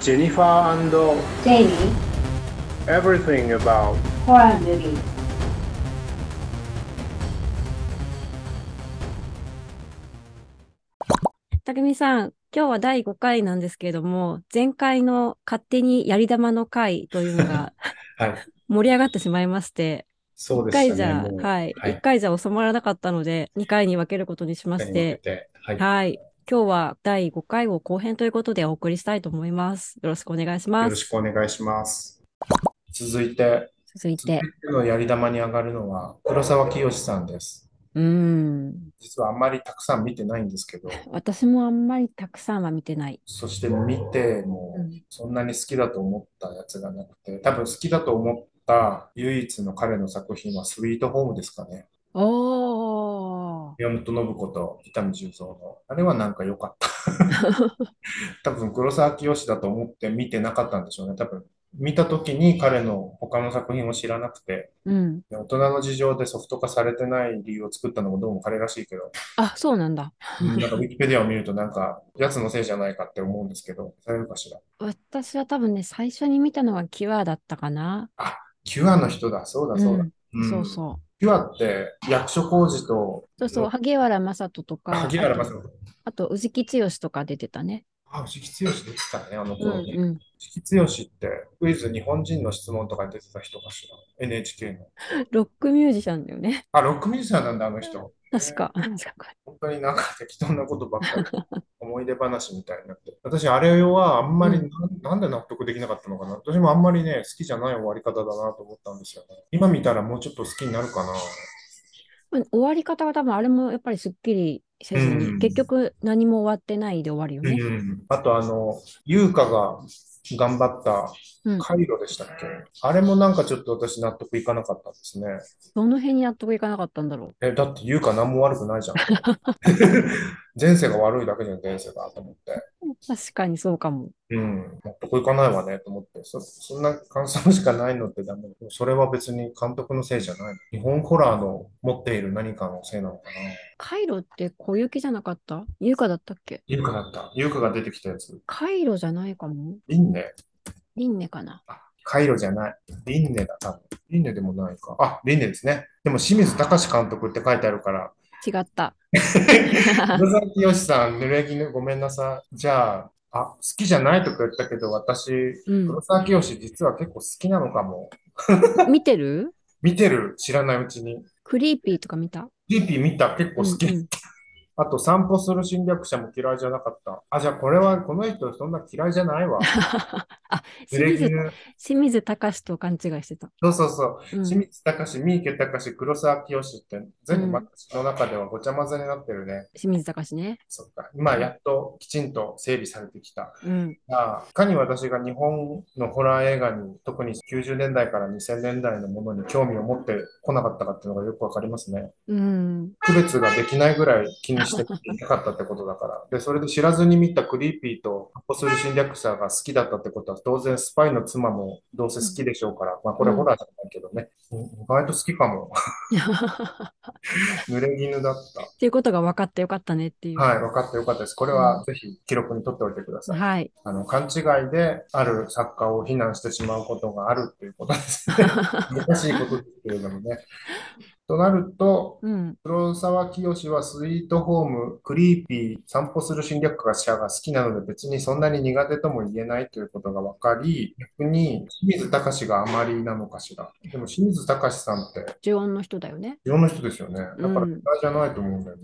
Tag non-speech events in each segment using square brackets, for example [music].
Jennifer and Jamie, everything about horror movie. たくみさん、今日は第5回なんですけれども、前回の勝手にやり玉の回というのが [laughs] はい。盛り上がってしまいまして、そ1うでし回たじゃ、ね。もうはい、はい1回じゃ収まらなかったので、2回に分けることにしまし手に入れて、てはい。よはい、今日は第5回を後編ということでお送りしたいと思います。よろしくお願いしまろす。しくお願いします。続いて、続い続 [laughs] ていて、のやり玉に上がるのは黒沢清さんです。うーん、実はあんまりたくさん見てないんですけど、私もあんまりたくさんは見てない。そして見てもうんそんなに好きだと思ったやつがなくて、多分好きだと思った唯一の彼の作品はスイートホームですかね。おー。宮本信子と伊丹十三の。あれはなんか良か [laughs] った。多分黒沢清だと思って見てなかったんでしょうね。多分見た時に彼の他の作品を知らなくて、うん。で大人の事情でソフト化されてない理由を作ったのもどうも彼らしい [laughs] けど、あ、そうなんだ。なんかウィキペディアを見るとなんか、やつのせいじゃないかって思うんですけど、されるかしら。私は多分ね、最初に見たのはキュアだったかな。キュアの人だ、そうだ、そうだ。。うん、そうんそう。キュアって役所広司と、そうそう、萩原正人とか、萩原あと正子。あと、宇治吉剛とか出てたね。あ、藤木剛でしたね、あのうん頃ね。うん。藤木剛って、クイズ日本人の質問とかに出てた人かしら。NHK の。ロックミュージシャンだよね。あ、ロックミュージシャンなんだ、あの人。確か。確か本当になんか適当なことばっかり。思い出話みたいになって。私、あれはあんまりなん、なんで納得できなかったのかな。私もあんまりね、好きじゃない終わり方だなと思ったんですよね。今見たらもうちょっと好きになるかな。終わり方が多分あれもやっぱりすっきりせずに、うん結局何も終わってないで終わるよね。うんあとあの、優香が頑張ったうんカイロでしたっけ、あれもなんかちょっと私納得いかなかったんですね。どの辺に納得いかなかったんだろえ、だって優香何も悪くない [laughs] じゃん。前世が悪いだけじゃん、前世がと思って。う。確かにそうかも。うん、納得いかないわねと思って、そ、そんな感想しかないのってダメ。それは別に監督のせいじゃない。日本ホラーの持っている何かのせいなのかな。カイロって小雪じゃなかった優香だったっけ優香だった。優香が出てきたやつ。カイロじゃないかも。いいね。リンネかな。あ、カイロじゃない。リンネだ、多分。リンネでもないか。あ、リンネですね。でも清水崇監督って書いてあるから、違った。黒崎清さん、濡れ衣ごめんなさい。じゃあ、あ、好きじゃないとか言ったけど、私、 [laughs] うん黒、沢清実は結構好きなのかも。見てる見てる、知らないうちに。クリーピーとか見た GP 見た、結構好き。うんうんあと、散歩する侵略者も嫌いじゃなかった。あ、じゃあこれは、この人そんな嫌いじゃないわ。 [laughs] あ、濡れ清水、衣。清水隆と勘違いしてた。そうそうそう。うん清水隆、三池隆、黒沢清って、全部私の中ではごちゃ混ぜになってるね。清水隆ね。そっか。今、やっときちんと整備されてきた。うん。まあ、いかに私が日本のホラー映画に、特に90年代から2000年代のものに興味を持ってこなかったかっていうのがよくわかりますね。うん。区別ができないぐらい気にしていなかったってことだから。で、それで知らずに見たクリーピーと発する侵略者が好きだったってことは、当然スパイの妻もどうせ好きでしょうから、まあこれホラーじゃないけどね。うん意外と好きかも。濡れ衣だった。っていうことが分かってよかったねっていう。はい、分かってよかったです。これはぜひ記録に取っておいてください。はい。あの、勘違いである作家を非難してしまうことがあるっていうことですね。難しいことですけれどもね。となると、うん。黒沢清はスイートホーム、クリーピー、散歩する侵略者が好きなので別にそんなに苦手とも言えないということが分かり、逆に清水隆があまりなのかしら。でも清水隆さんって重音の人だよね。いろんな人ですよね。だからう嫌んいじゃないと思うんだよ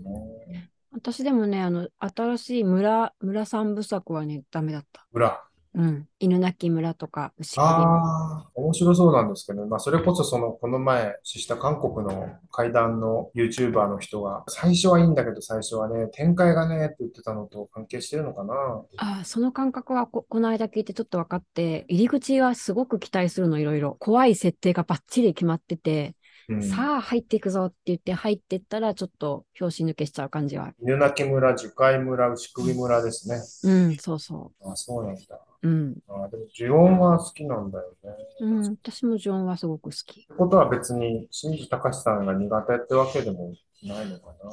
ね。私でもね、あの、新しい村、村三部作はね、ダメだった。裏。うん。犬鳴村とか、牛狩ああ、面白そうなんですけどね。まあ、それこそ、その、この前、した韓国の怪談の YouTuber の人が、最初はいいんだけど、最初はね、展開がね、って言ってたのと関係してるのかな。りああ、その感覚はこ、この間聞いてちょっと分かって、入り口はすごく期待するの、いろいろ。怖い設定がバッチリ決まってて、うん。さあ入っていくぞって言って入ってったら、ちょっと拍子抜けしちゃう感じはある。犬鳴村、樹海村、牛首村ですね。うん、そうそあー、そうなんだ。う。うん。あー、でも、呪音は好きなんだよね。うん、私も呪音はすごく好き。ってことは別に、清水隆さんが苦手ってわけでもないのかな。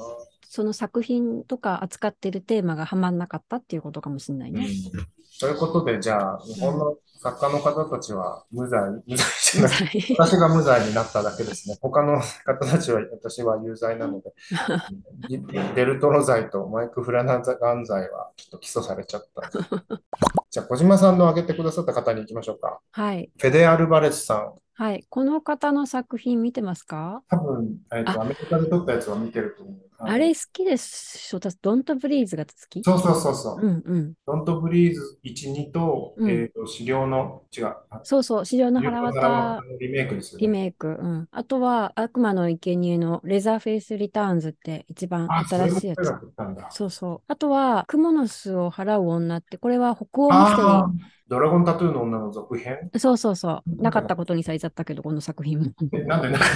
その作品とか扱ってるテーマがはまんなかったっていうことかもしれないね。ということで、じゃあ、日本の作家の方たちは無罪、無罪じゃなくて、はい私が無罪になっただけですね。他の方たちは、私は有罪な [laughs] ので、デルトロ罪とマイク・フラナガン罪はちょっと起訴されちゃった。じゃあ、小島さんの挙げてくださった方に行きましょうか。 [laughs] はい。フェデ・アルバレスさん。はい。この方の作品見てますか多分、えっと、アメリカで撮ったやつは見てると思う。あれ好きでしょ私ドントブリーズが好きそうそうそうそう。うんうん。ドントブリーズ1、2と、うんえっと、資料の、違う、あそうそう。資料の腹資料の腹渡渡のリメイクですよリね。メイク。うん。あとは、悪魔の生贄のレザーフェイスリターンズって一番あ、それ新もしいや彼つが。撮ったんだ。そうそう。あとは、クモの巣を払う女って、これは北欧ミステリー。あードラゴンタトゥーの女の続編そうそうそう。なかったことにされちゃったけど、この作品も。えなんでなんかっ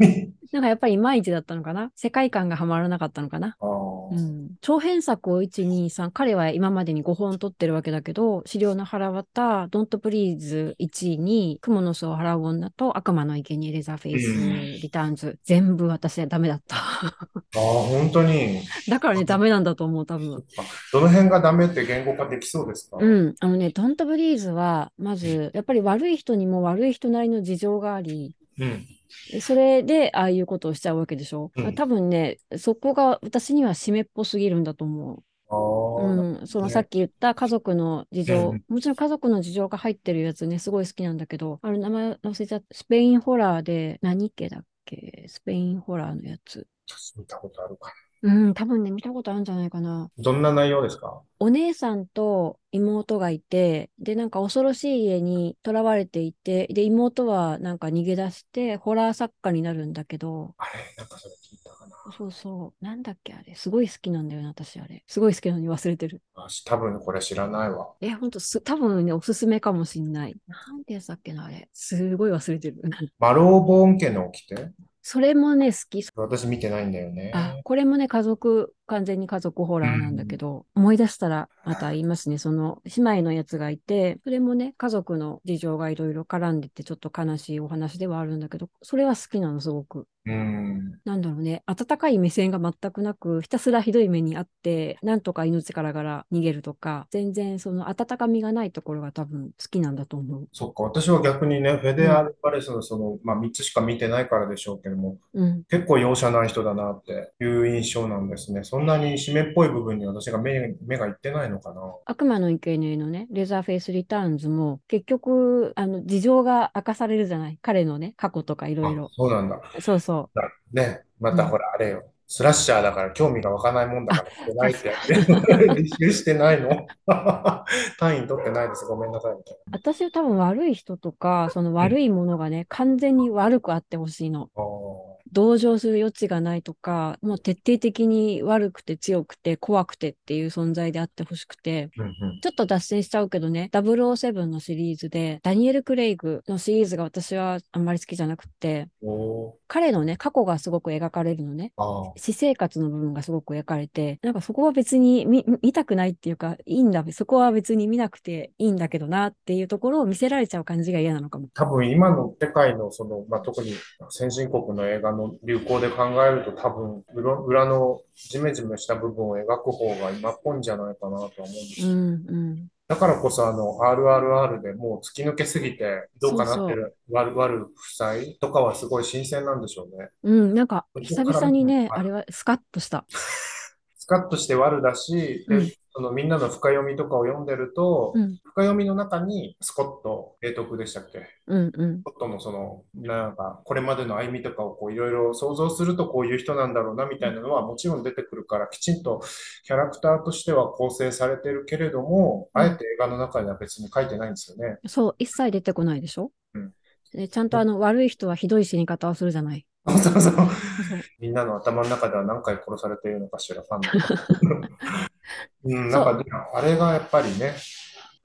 たのなんかやっぱりいまいちだったのかな世界観がはまらなかったのかなあうーん、長編作を1、2、3、彼は今までに5本撮ってるわけだけど、資料の腹渡、ドントプリーズ1位に、蜘蛛の巣を払う女と悪魔の生贄レザーフェイうス、リターンズ、全部私はダメだった。 [laughs] あー、本当に。だからね、ダメなんだと思う、多分。どの辺がダメって言語化できそうですかうん、あのね、ドントブリーズは、まず、やっぱり悪い人にも悪い人なりの事情があり、うん。それでああいうことをしちゃうわけでしょ。うん多分ね、そこが私には締めっぽすぎるんだと思う。あーうん、そのねさっき言った家族の事情、うんもちろん家族の事情が入ってるやつね、すごい好きなんだけど、あれ名前忘れちゃった、スペインホラーで何家だっけスペインホラーのやつ。私見たことあるかうん、多分ね、見たことあるんじゃないかな。な。どんな内容ですかお姉さんと妹がいて、で、なんか恐ろしい家に囚われていて、で、妹はなんか逃げ出して、ホラー作家になるんだけど、あれなんかそれ聞いたかな。そうそう、なんだっけあれ、すごい好きなんだよな、私あれ。すごい好きなのに忘れてる。私多分これ知らないわ。え、ほんとす、多分ね、おすすめかもしんない。なんてやつだっけな、あれ。すごい忘れてる。マローボーン家の掟それもね、好き。私見てないんだよね。あ、これもね、家族、完全に家族ホラーなんだけど、思い出したらまた言いますね。その、姉妹のやつがいて、それもね、家族の事情がいろいろ絡んでて、ちょっと悲しいお話ではあるんだけど、それは好きなの、すごく。うん。なんだろうね、温かい目線が全くなく、ひたすらひどい目にあって、なんとか命からがら逃げるとか、全然その温かみがないところが多分好きなんだと思う。そっか、私は逆にね、フェデアルバレスのその、まあ3つしか見てないからでしょうけども、うん。結構容赦ない人だなっていう印象なんですね。そんなに締めっぽい部分に私が目、目がいってないのかな。悪魔の生贄のね、レザーフェイスリターンズも、結局、あの、事情が明かされるじゃない彼のね、過去とかいろいあろ。そうなんだ。そうそね、またうん。ほら、あれよ。スラッシャーだから興味が湧かないもんだから、してないってやって。 [laughs] 履修してないの [laughs] 単位取ってないです。ごめんなさい、みたいう私は多分悪い人とか、その悪いものがね、完全に悪くあってほしいの。な。あー同情する余地がないとか、もう徹底的に悪くて強くて怖くてっていう存在であってほしくて、うんうんちょっと脱線しちゃうけどね、007のシリーズで、ダニエル・クレイグのシリーズが私はあんまり好きじゃなくって、おー彼のね、過去がすごく描かれるのね。あー私生活の部分がすごく描かれて、なんかそこは別に見見たくないっていうか、いいんだ、そこは別に見なくていいんだけどなっていうところを見せられちゃう感じが嫌なのかも。多分今の世界のその、まあ、特に先進国の映画の流行で考えると多分裏裏のジメジメした部分を描く方が今っぽいんじゃないかなとは思うんですうんうん。だからこそあの RRR でもう突き抜けすぎてどうかなってる悪悪夫妻とかはすごい新鮮なんでしょうね。うん、なんかここか久ら々にね、はいあれはスカッとした。スカッとして悪だし、うでんそのみんなの深読みとかを読んでると、うん、深読みの中にスコット、英徳でしたっけうん、うん。ちょっとのその、なんか、これまでの歩みとかをこういろいろ想像するとこういう人なんだろうなみたいなのはもちろん出てくるから、きちんとキャラクターとしては構成されてるけれども、うんあえて映画の中には別に書いてないんですよね。そう、一切出てこないでしょうんでちゃんとあの、悪い人はひどい死に方をするじゃない。そうそ [laughs] う。そうみんなの頭の中では何回殺されているのかしら、ファンの方 [laughs] うん、なんかでも、あれがやっぱりね、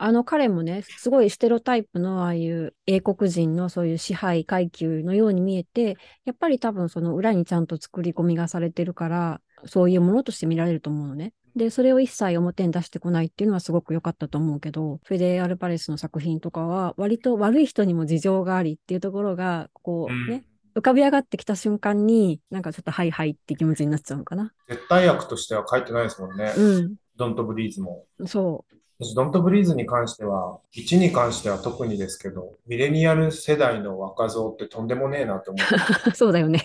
あの彼もね、すごいステロタイプのああいう英国人のそういう支配階級のように見えて、やっぱり多分その裏にちゃんと作り込みがされてるから、そういうものとして見られると思うのね。で、それを一切表に出してこないっていうのはすごく良かったと思うけど、フェデアルパレスの作品とかは、割と悪い人にも事情がありっていうところが、こうね、うん浮かび上がってきた瞬間に、なんかちょっとはいはいって気持ちになっちゃうのかな。絶対役としては書いてないですもんね。うドントブリーズも。ん。そ私ドントブリーズに関しては、1に関しては特にですけど、ミレニアル世代の若造ってとんでもねえなと思って、う。 [laughs] そうだよね。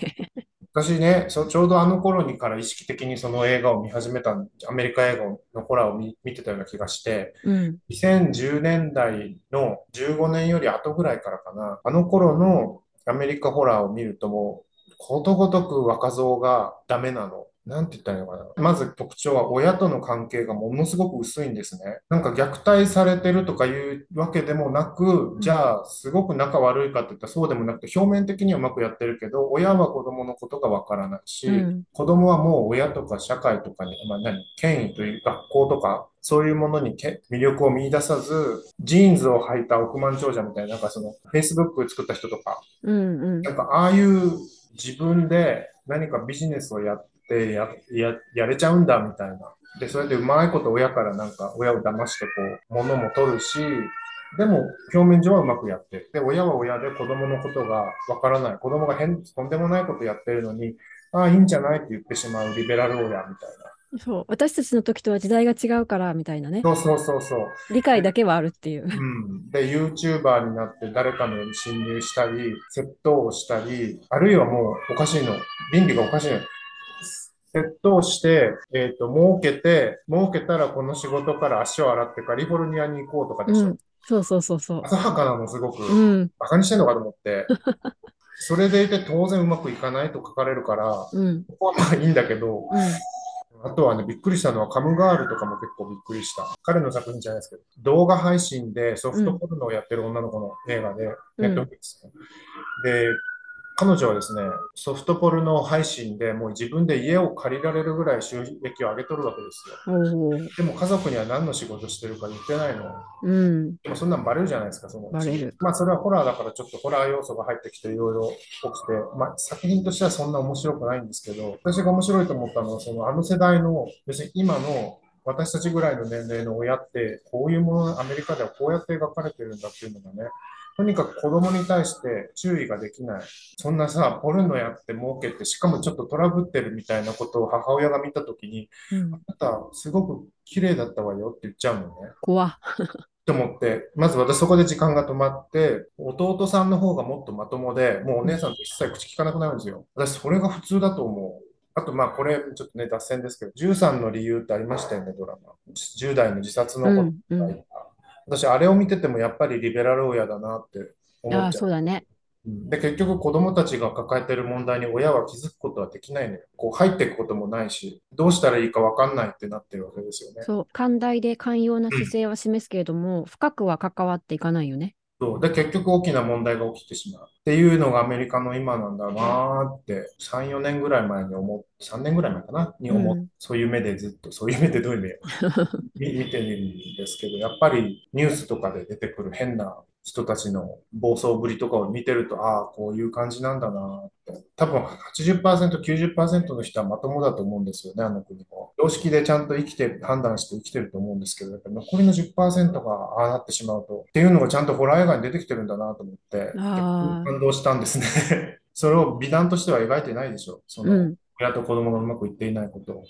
私ね、そうちょうどあの頃にから意識的にその映画を見始めたん、アメリカ映画のコラを見、見てたような気がして、うん。 2010年代の15年より後ぐらいからかな、あの頃のアメリカホラーを見るともう、ことごとく若造がダメなの。なんて言ったらいいのかな。まず特徴は親との関係がものすごく薄いんですね。なんか虐待されてるとかいうわけでもなく、じゃあすごく仲悪いかって言ったらそうでもなくて、表面的にはうまくやってるけど、親は子供のことがわからないし、うん。子供はもう親とか社会とかに、まあ、何、権威という学校とか、そういうものにけ魅力を見出さず、ジーンズを履いた億万長者みたいな、なんかその、Facebook 作った人とか、うんうん。なんかああいう自分で何かビジネスをやってや、や、やれちゃうんだみたいな。で、それでうまいこと親からなんか、親を騙してこう、物も取るし、でも、表面上はうまくやってる。で、親は親で子供のことがわからない。子供が変、とんでもないことやってるのに、ああ、いいんじゃないって言ってしまうリベラル親みたいな。そう。私たちの時とは時代が違うから、みたいなね。そうそうそうそう。理解だけはあるっていう。うん。で、YouTuber になって誰かの家に侵入したり、窃盗をしたり、あるいはもうおかしいの。倫理がおかしいの。窃盗して、えっと、儲けて、儲けたらこの仕事から足を洗ってカリフォルニアに行こうとかでうしょん。。そうそうそうそう。浅はかなの、すごく。うん。バカにしてんのかと思って。それでいて当然うまくいかないと書かれるから、うん。ここはまあいいんだけど、うん。あとはね、びっくりしたのは、カムガールとかも結構びっくりした。彼の作品じゃないですけど、動画配信でソフトポルノをやってる女の子の映画で、うネんットフリックスの。で、彼女はですね、ソフトポルノ配信でもう自分で家を借りられるぐらい収益を上げとるわけですよ。おーでも家族には何の仕事してるか言ってないの。うん。でもそんなんバレるじゃないですか、そのうちバレる。まあそれはホラーだからちょっとホラー要素が入ってきていろいろ起きて、まあ作品としてはそんな面白くないんですけど、私が面白いと思ったのは、そのあの世代の、要するに今の私たちぐらいの年齢の親って、こういうもの、アメリカではこうやって描かれてるんだっていうのがね、とにかく子供に対して注意ができない。そんなさ、ポルノやって儲けて、しかもちょっとトラブってるみたいなことを母親が見たときに、うん。あなたすごく綺麗だったわよって言っちゃうのね。怖っ。と思って、まず私そこで時間が止まって、弟さんの方がもっとまともで、もうお姉さんと一切口聞かなくなるんですよ。私それが普通だと思う。あとまあこれちょっとね脱線ですけど、13の理由ってありましたよね、ドラマ。10代の自殺のうことん。うがん。私あれを見ててもやっぱりリベラル親だなって思あっあ、ちゃ。そううだね。うんで、結局子供たちが抱えてる問題に親は気づくことはできないのよ。こう入っていくこともないし、どうしたらいいかわかんないってなってるわけですよね。そう。寛大で寛容な姿勢は示すけれども、深くは関わっていかないよね。そう。で、結局大きな問題が起きてしまう。っていうのがアメリカの今なんだなーって、3、4年ぐらい前に思っ、3年ぐらい前かな、に思っうんそういう目でずっと、そういう目でどうい [laughs] う目よみ見てるんですけど、やっぱりニュースとかで出てくる変な人たちの暴走ぶりとかを見てると、ああ、こういう感じなんだなーって。多分80%、90%の人はまともだと思うんですよね、あの国も。常識でちゃんと生きて、判断して生きてると思うんですけど、やっぱり残りの10%がああなってしまうと、っていうのがちゃんとホラー映画に出てきてるんだなと思って、あー感動したんですね。 [laughs] それを美談としては描いてないでしょ。そのうん。親と子供がうまくいっていないことを。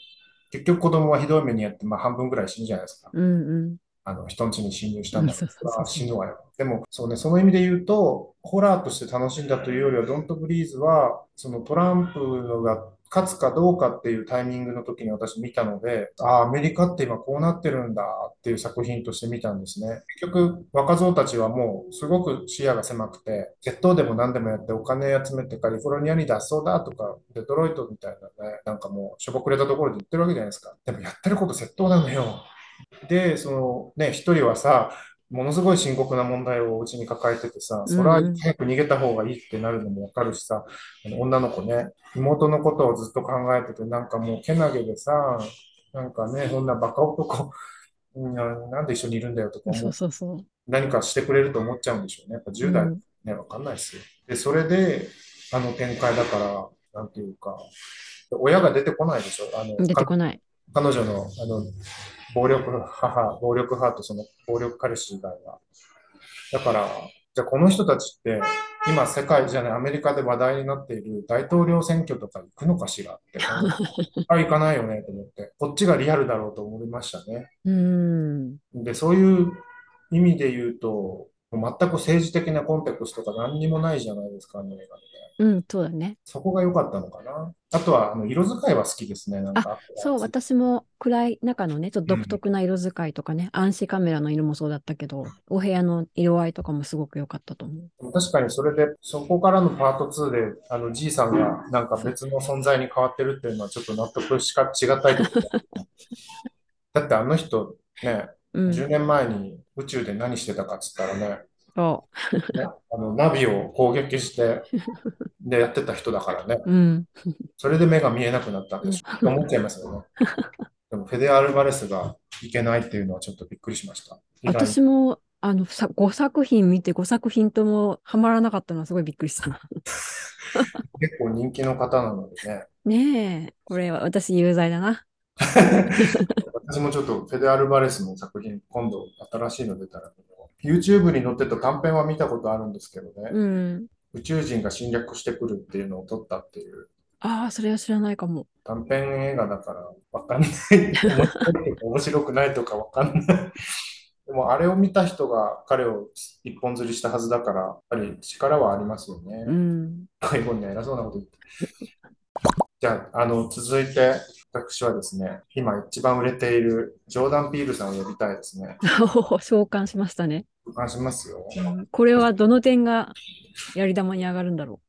結局子供はひどい目にやって、まあ半分ぐらい死ぬじゃないですか。うんうん。あの、人の家に侵入したんだうんそうそうそうあ死ぬわよ。でも、そうね、その意味で言うと、ホラーとして楽しんだというよりは、ドントブリーズは、そのトランプのが勝つかどうかっていうタイミングの時に私見たので、ああ、アメリカって今こうなってるんだっていう作品として見たんですね。結局、若造たちはもうすごく視野が狭くて、決闘でも何でもやってお金集めてカリフォルニアに脱走だとか、デトロイトみたいなね、なんかもうしょぼくれたところで言ってるわけじゃないですか。でもやってること窃盗なのよ。で、そのね、一人はさ、ものすごい深刻な問題をお家に抱えててさ、それはうんうん早く逃げた方がいいってなるのもわかるしさ、あの女の子ね、妹のことをずっと考えてて、なんかもうけなげでさ、なんかね、そんなバカ男、うんなんで一緒にいるんだよとかそ思うう、そうそう。何かしてくれると思っちゃうんでしょうね。やっぱ10代うんね、わかんないですよ。で、それで、あの展開だから、なんていうか、親が出てこないでしょ。あの、出てかこない。彼女の、あの、暴力母、暴力母とその暴力彼氏以外は。だから、じゃあこの人たちって、今世界じゃない、アメリカで話題になっている大統領選挙とか行くのかしらって感じ。あ、行かないよねと思って、こっちがリアルだろうと思いましたね。うん。で、そういう意味で言うと、もう全く政治的なコンテクストが何にもないじゃないですか、あの映画って。うん、そうだね。そこが良かったのかな。あとは、あの色使いは好きですね、なんか。そう、私も暗い中のね、ちょっと独特な色使いとかね、暗視カメラの色もそうだったけど、お部屋の色合いとかもすごく良かったと思う。確かにそれで、そこからのパート2で、あの、じいさんがなんか別の存在に変わってるっていうのはちょっと納得しか違ったりと [laughs] か。だってあの人、ね、うん、 10年前に宇宙で何してたかっつったらね、そねあのナビを攻撃 [laughs] して、で、やってた人だからね、う。うん。それで目が見えなくなったんでしょ、と思っちゃいます [laughs] よね。でも、フェデアルバレスがいけないっていうのはちょっとびっくりしました。意外に私も、あの、さ5作品見て5作品ともハマらなかったのはすごいびっくりした。結構人気の方なのでね。ねえ、これは私有罪だな。私もちょっとフェデアルバレスの作品、今度新しいの出たら見よう、YouTube に載ってた短編は見たことあるんですけどね、うん。宇宙人が侵略してくるっていうのを撮ったっていうああ、それは知らないかも。短編映画だからわかんない。面白いとか面白くないとかわかんない。でもあれを見た人が彼を一本釣りしたはずだから、やっぱり力はありますようね。ん。 [laughs] 最後に偉そうなこと言って。じゃあ、あの、続いて、私はですね、今一番売れているジョーダン・ピールさんを呼びたいですね。召喚しましたね。感じますよ。これはどの点がやり玉に上がるんだろ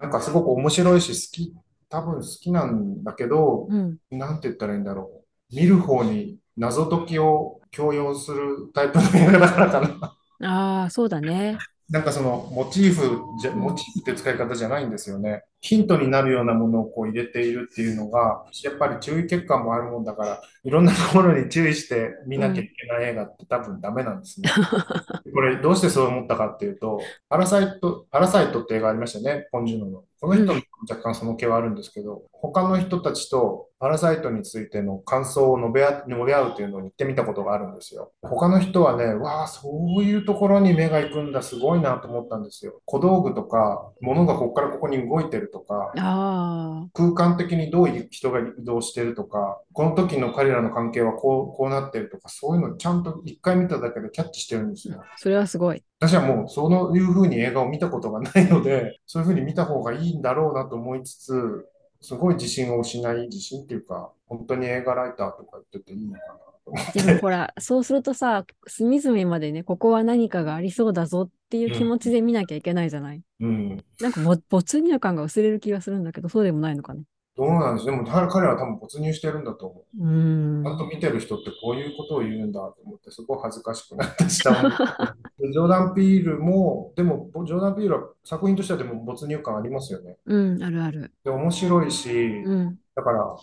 なんかすごく面白いし、好き、多分好きなんだけどう。、うん。なんて言ったらいいんだろう。見る方に謎解きを強要するタイプの映画だからかな。あ [laughs] あ、そうだね。なんかそのモチーフじゃ、モチーフって使い方じゃないんですよね。ヒントになるようなものをこう入れているっていうのが、やっぱり注意欠陥もあるもんだから、いろんなところに注意して見なきゃいけない映画って多分ダメなんですね。これどうしてそう思ったかっていうと、パラサイト、パラサイトって映画ありましたね、ポンジュノの。この人も若干その気はあるんですけど、他の人たちとパラサイトについての感想を述べ合述べ合うというのを言ってみたことがあるんですよ。他の人はね、わあ、そういうところに目が行くんだ、すごいなと思ったんですよ。小道具とか、物がここからここに動いてるとか、ああ、空間的にどういう人が移動してるとか、この時の彼らの関係はこう、こうなってるとか、そういうのちゃんと一回見ただけでキャッチしてるんですよ。それはすごい。私はもうそういうふうに映画を見たことがないので、 [laughs] そういうふうに見た方がいいんだろうなと思いつつ、すごい自信を失い、自信っていうか、本当に映画ライターとか言ってていいのかなと思って。でもほら、そうするとさ、隅々までね、ここは何かがありそうだぞっていう気持ちで見なきゃいけないじゃない。うん。なんかも没入感が薄れる気がするんだけど、そうでもないのかね。どうなんですでも彼彼らは多分没入してるんだと思うう。ーんちゃんと見てる人ってこういうことを言うんだと思って、すごい恥ずかしくなってしたもんでジョーダン・ピールも、でも、ジョーダン・ピールは作品としてはでも没入感ありますよね。うん、あるある。で、面白いし、うん。だから、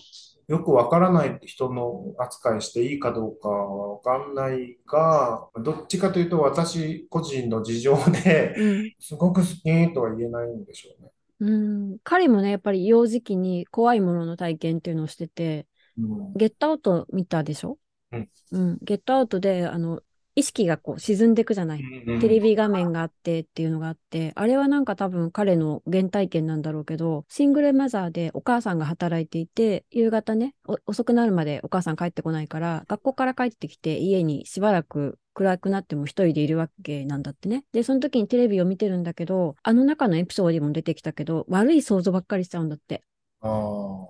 よくわからない人の扱いしていいかどうかはわかんないが、どっちかというと私個人の事情で、 [laughs] うん。すごく好きとは言えないんでしょうね。うん、彼もね、やっぱり幼児期に怖いものの体験っていうのをしてて、うんゲットアウト見たでしょうん。うん。ゲットアウトで、あの、意識がこう沈んでいくじゃない。テレビ画面があってっていうのがあって、あれはなんか多分彼の原体験なんだろうけど、シングルマザーでお母さんが働いていて、夕方ね、お遅くなるまでお母さん帰ってこないから、学校から帰ってきて家にしばらく暗くなっても一人でいるわけなんだってね。で、その時にテレビを見てるんだけど、あの中のエピソードにも出てきたけど、悪い想像ばっかりしちゃうんだって。あー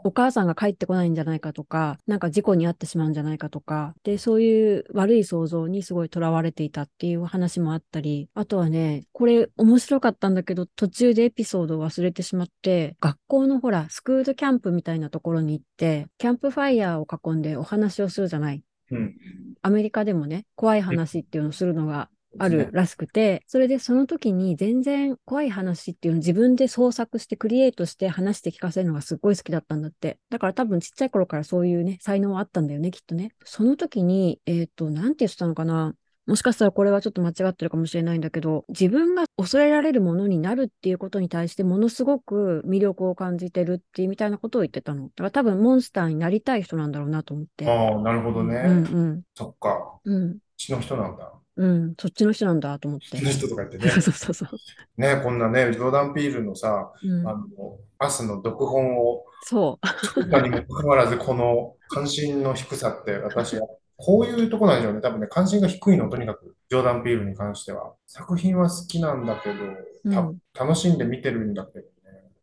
お母さんが帰ってこないんじゃないかとか、なんか事故に遭ってしまうんじゃないかとか、で、そういう悪い想像にすごい囚われていたっていう話もあったり、あとはね、これ面白かったんだけど、途中でエピソードを忘れてしまって、学校のほら、スクールキャンプみたいなところに行って、キャンプファイヤーを囲んでお話をするじゃない。うんアメリカでもね、怖い話っていうのをするのがあるらしくて、それでその時に全然怖い話っていうのを自分で創作してクリエイトして話して聞かせるのがすごい好きだったんだって。だから多分ちっちゃい頃からそういうね、才能はあったんだよね、きっとね。その時に、えっ、と、なんて言ってたのかな。もしかしたらこれはちょっと間違ってるかもしれないんだけど、自分が恐れられるものになるっていうことに対してものすごく魅力を感じてるっていうみたいなことを言ってたの。だから多分モンスターになりたい人なんだろうなと思って。あー、なるほどうんね。うん。そっか。ううん。ちの人なんだ。うん、そっちの人なんだと思って。の人とか言ってね [laughs] そうそうそう。ね、こんなね、ジョーダン・ピールのさ、うあん、の、明日の読本をそう。作ったにもかかわらず、この関心の低さって、私は、こういうとこなんでしょうね。多分ね、関心が低いの、とにかく、ジョーダン・ピールに関しては。作品は好きなんだけうど、んた、楽しんで見てるんだけどね。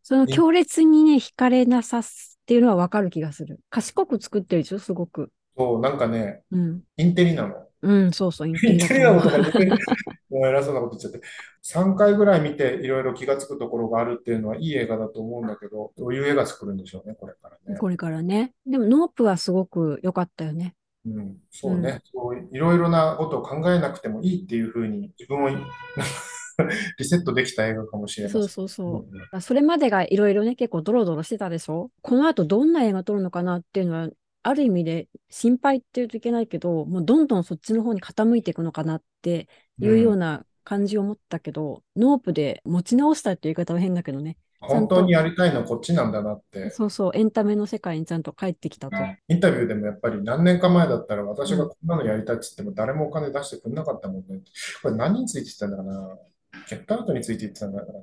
その強烈にね、惹かれなさすっていうのはわかる気がする。賢く作ってるでしょ、すごく。そう、なんかね、うん。インテリなの。うん、そうそう、インテイン [laughs] テリなのだとと思かう言って、もう偉そうなこと言っちゃって。3回ぐらい見て、いろいろ気がつくところがあるっていうのは、いい映画だと思うんだけど、どういう映画作るんでしょうね、これからね。これからね。でも、ノープはすごく良かったよね。うん、そうね、そういろいろなことを考えなくてもいいっていうふうに自分をリセットできた映画かもしれまそうせそうそんね。う。それまでがいろいろね、結構ドロドロしてたでしょこの後どんな映画撮るのかなっていうのは、ある意味で心配っていうといけないけど、もうどんどんそっちの方に傾いていくのかなっていうような感じを持ったけど、ノープで持ち直したっていう言い方は変だけどね。本当にやりたいのはこっちなんだなって、そうそう、エンタメの世界にちゃんと帰ってきたと。インタビューでもやっぱり何年か前だったら私がこんなのやりたいって言っても誰もお金出してくれなかったもんね。これ何について言ってたんだかな。ゲットアウトについて言ってたんだからな。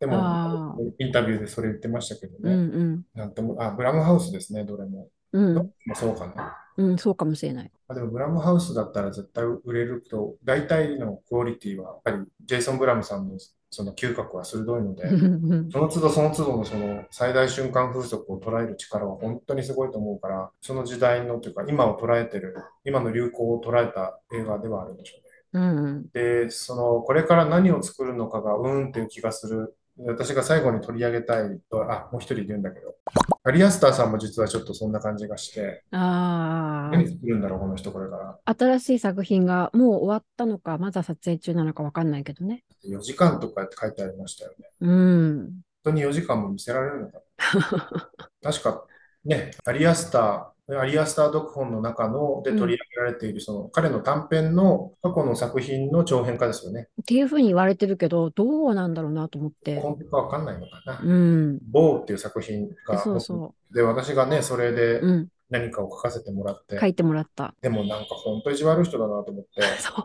であも、インタビューでそれ言ってましたけどうね。んなんとも、あ、ブラムハウスですね、どれも。うん。うんど。まあそうかな。うん、そうかもしれない。あでも、ブラムハウスだったら絶対売れると、大体のクオリティは、やっぱりジェイソン・ブラムさんのその嗅覚は鋭いのでう、んうんその都度その都度のその最大瞬間風速を捉える力は本当にすごいと思うから、その時代のというか、今を捉えてる、今の流行を捉えた映画ではあるんでしょうね。うんうん。で、その、これから何を作るのかが、うーんっていう気がする。私が最後に取り上げたいと、あ、もう一人いるんだけど、アリアスターさんも実はちょっとそんな感じがして、ああ何。作るんだろう、この人、これから。新しい作品がもう終わったのか、まだ撮影中なのかわかんないけどね。 4時間とかって書いてありましたよね。うん。本当に4時間も見せられるのか [laughs] な。確か、ね、アリアスター、アリアスター読本の中のでうん取り上げられている、その彼の短編の過去の作品の長編化ですよね。っていうふうに言われてるけど、どうなんだろうなと思って。本当かわかんないのかな。うん。ボーっていう作品がそうそで、私がね、それでう。うん。何かを書かせてもらって、書いてもらった。でもなんか本当意地悪い人だなと思って、そう。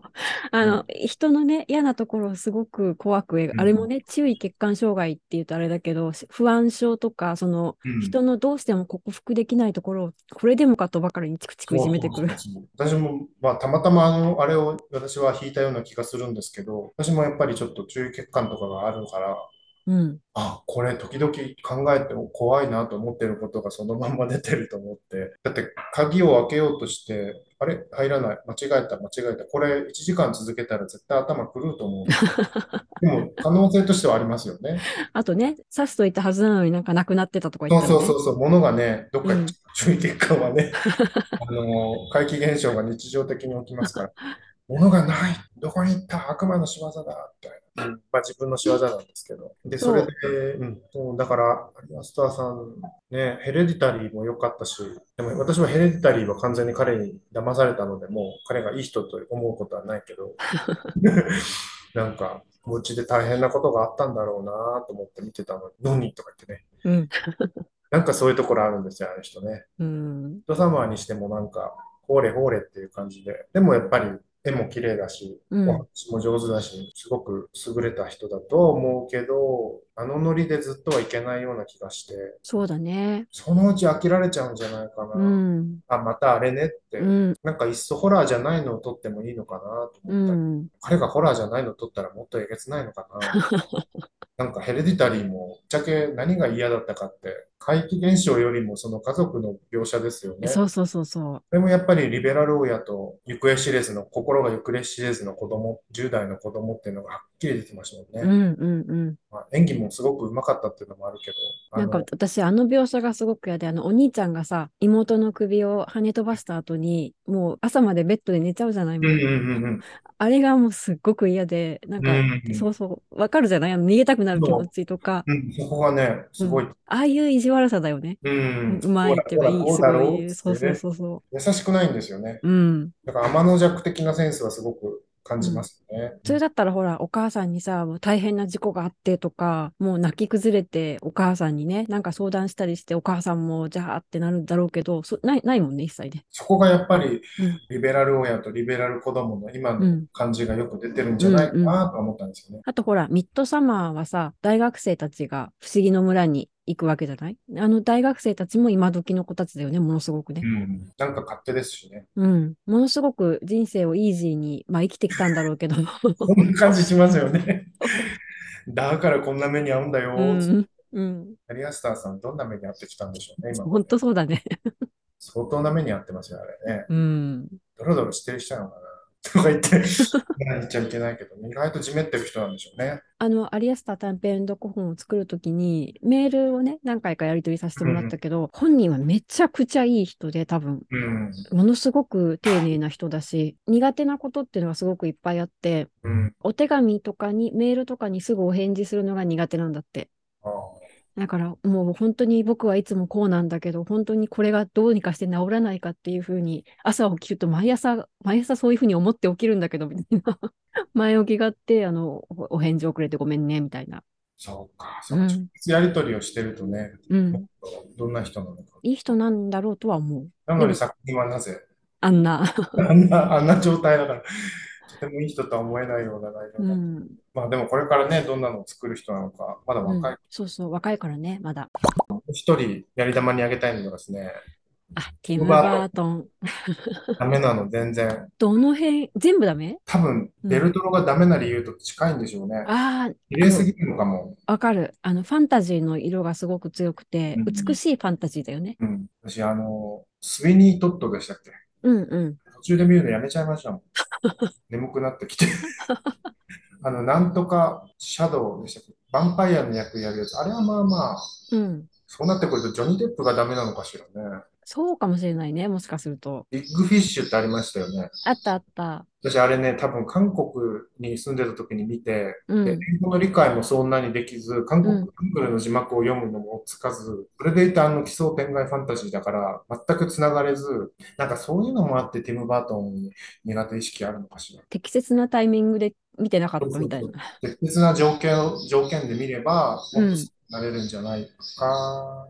あの、人のね、嫌なところをすごく怖く描うんあれもね、注意欠陥障害っていうとあれだけど、不安症とか、その、うん人のどうしても克服できないところを、これでもかとばかりにチクチクいじめてくるそ。うそうそうそう私も、まあ、たまたまあの、あれを私は引いたような気がするんですけど、私もやっぱりちょっと注意欠陥とかがあるから、うん。あ、これ時々考えても怖いなと思ってることがそのまんま出てると思って、だって鍵を開けようとして、あれ入らない、間違えた、間違えた、これ1時間続けたら絶対頭狂うと思うん [laughs] ですよ。でも可能性としてはありますよね。あとね、刺すといたはずなのになんかなくなってたとか言そっうたそらうねそうそう、物がね、どっかうん注意欠陥は [laughs] ね、あの、怪奇現象が日常的に起きますから、物がない、どこに行った、悪魔の仕業だ、みたいな。まあ自分の仕業なんですけど。で、それで、うん、そうだから、アリアスターさん、ね、ヘレディタリーも良かったし、でも私はヘレディタリーは完全に彼に騙されたので、もう彼がいい人と思うことはない [laughs] けど、なんか、お家で大変なことがあったんだろうなと思って見てたのに、何とか言ってね。うん。なんかそういうところあるんですよ、あの人ね。うん、人様にしてもなんか、ほれほれっていう感じで。でもやっぱり絵も綺麗だし、うおん、話も上手だし、すごく優れた人だとは思うけど、あのノリでずっとはいけないような気がして、そうだね。そのうち飽きられちゃうんじゃないかうな。ん、あ、またあれねってう。ん、なんかいっそホラーじゃないのを撮ってもいいのかなとう思ったり。ん、彼がホラーじゃないの撮ったらもっとえげつないのか [laughs] な。なんかヘレディタリーも、ぶっちゃけ何が嫌だったかって、怪奇現象よりもその家族の描写ですよね。そそうそうそうそう。れもやっぱりリベラル親と行方知れずの、心が行方知れずの子供、10代の子供っていうのがはっきり出てましたもうんんね。うんうん。まあ、演技もすごくうまかったっていうのもあるけど、あなんかの、私、あの描写がすごく嫌で、あのお兄ちゃんがさ、妹の首を跳ね飛ばした後に、もう朝までベッドで寝ちゃうじゃない、うんうんうんうん。あれがもうすっごく嫌で、なんか、うんうんそうそう、わかるじゃないあの逃げたくなる気持ちとか、うん、そこがね、すごい、ああいう意地悪さだよね。うん、うまいっていうか、いほい、すらほらごこうだろうっい、つそうってそうね、そうそ優しくないんですよね。う。うん、だから天の弱的なセンスはすごく感じますね。普通だったらほら、お母さんにさ、もう大変な事故があってとか、もう泣き崩れてお母さんにね、なんか相談したりして、お母さんもじゃあってなるんだろうけど、そない、ないもんね、一切ね。そこがやっぱりうんリベラル親とリベラル子供の今うのん。感じがよく出てるんじゃないかなと思ったんですよね。あとほら、ミッドサマーはさ、大学生たちが不思議の村に行くわけじゃないあの大学生たちも今時の子たちだよね、ものすごくね。うんなんか勝手ですしね。うん。ものすごく人生をイージーに、まあ生きてきたんだろうけ [laughs] ど。こんな感じしますよね。だからこんな目に遭うんだよ。うん。うん。キャリアスターさん、どんな目に遭ってきたんでしょうね、今までほんとそうだね。相当な目に遭ってますよ、あれね。うん。ドロドロしてる人なのかな [laughs] とか言って、言っちゃいけないけど、意外とじめってる人なんでしょうね。あの、アリアスター短編読本を作るときに、メールをね、何回かやり取りさせてもらったけど、本人はめちゃくちゃいい人で、多分、うん。ものすごく丁寧な人だし、苦手なことっていうのがすごくいっぱいあって、うん。お手紙とかに、メールとかにすぐお返事するのが苦手なんだって。ああだからもう本当に僕はいつもこうなんだけど、本当にこれがどうにかして治らないかっていうふうに、朝起きると毎朝、毎朝そういうふうに思って起きるんだけど、みたいな。 [laughs] 前置きがあって、あの、おお返事遅れてごめんね、みたいな。そうか。そうのん直接やりとりをしてるとね、うん。どんな人なのか。いい人なんだろうとは思う。なのでにも作品はなぜ、あんな。あんな、あんな状態だから、とてもいい人とは思えないような内容うだ。ん。まあでもこれからね、どんなのを作る人なのか、まだうん若い。そうそう、若いからね、まだ。一人やり玉にあげたいのがで [laughs] すね、あ、ティム・ムバートンバートン。ダメなの全然。どの辺、全部ダメ多分、うんベルトロがダメな理由と近いんでしょうね。あ綺麗すぎるのかも。あ、わかる。あの、ファンタジーの色がすごく強くてうん、美しいファンタジーだよね。うん。私、あの、スウィニー・トットでしたっけうんうん。途中で見るのやめちゃい [laughs] ましたもん。眠くなってき [laughs] て。あの、なんとかシャドウでしたっけヴァンパイアの役やるやつ。あれはまあまあ、うん。そうなってくるとジョニー・デップがダメなのかしらね。そうかもしれないね、もしかすると。ビッグフィッシュってありましたよね。あったあった。私、あれね、多分韓国に住んでた時に見て、うでん。英語の理解もそんなにできず、韓う国んハングルの字幕を読むのもつかず、それでいたあの奇想天外ファンタジーだから、全くつながれず、なんかそういうのもあって、ティム・バートンに苦手意識あるのかしら。適切なタイミングで見てなかったみたいな。適切な条件を、条件で見れば、うんもっとなれるんじゃないか。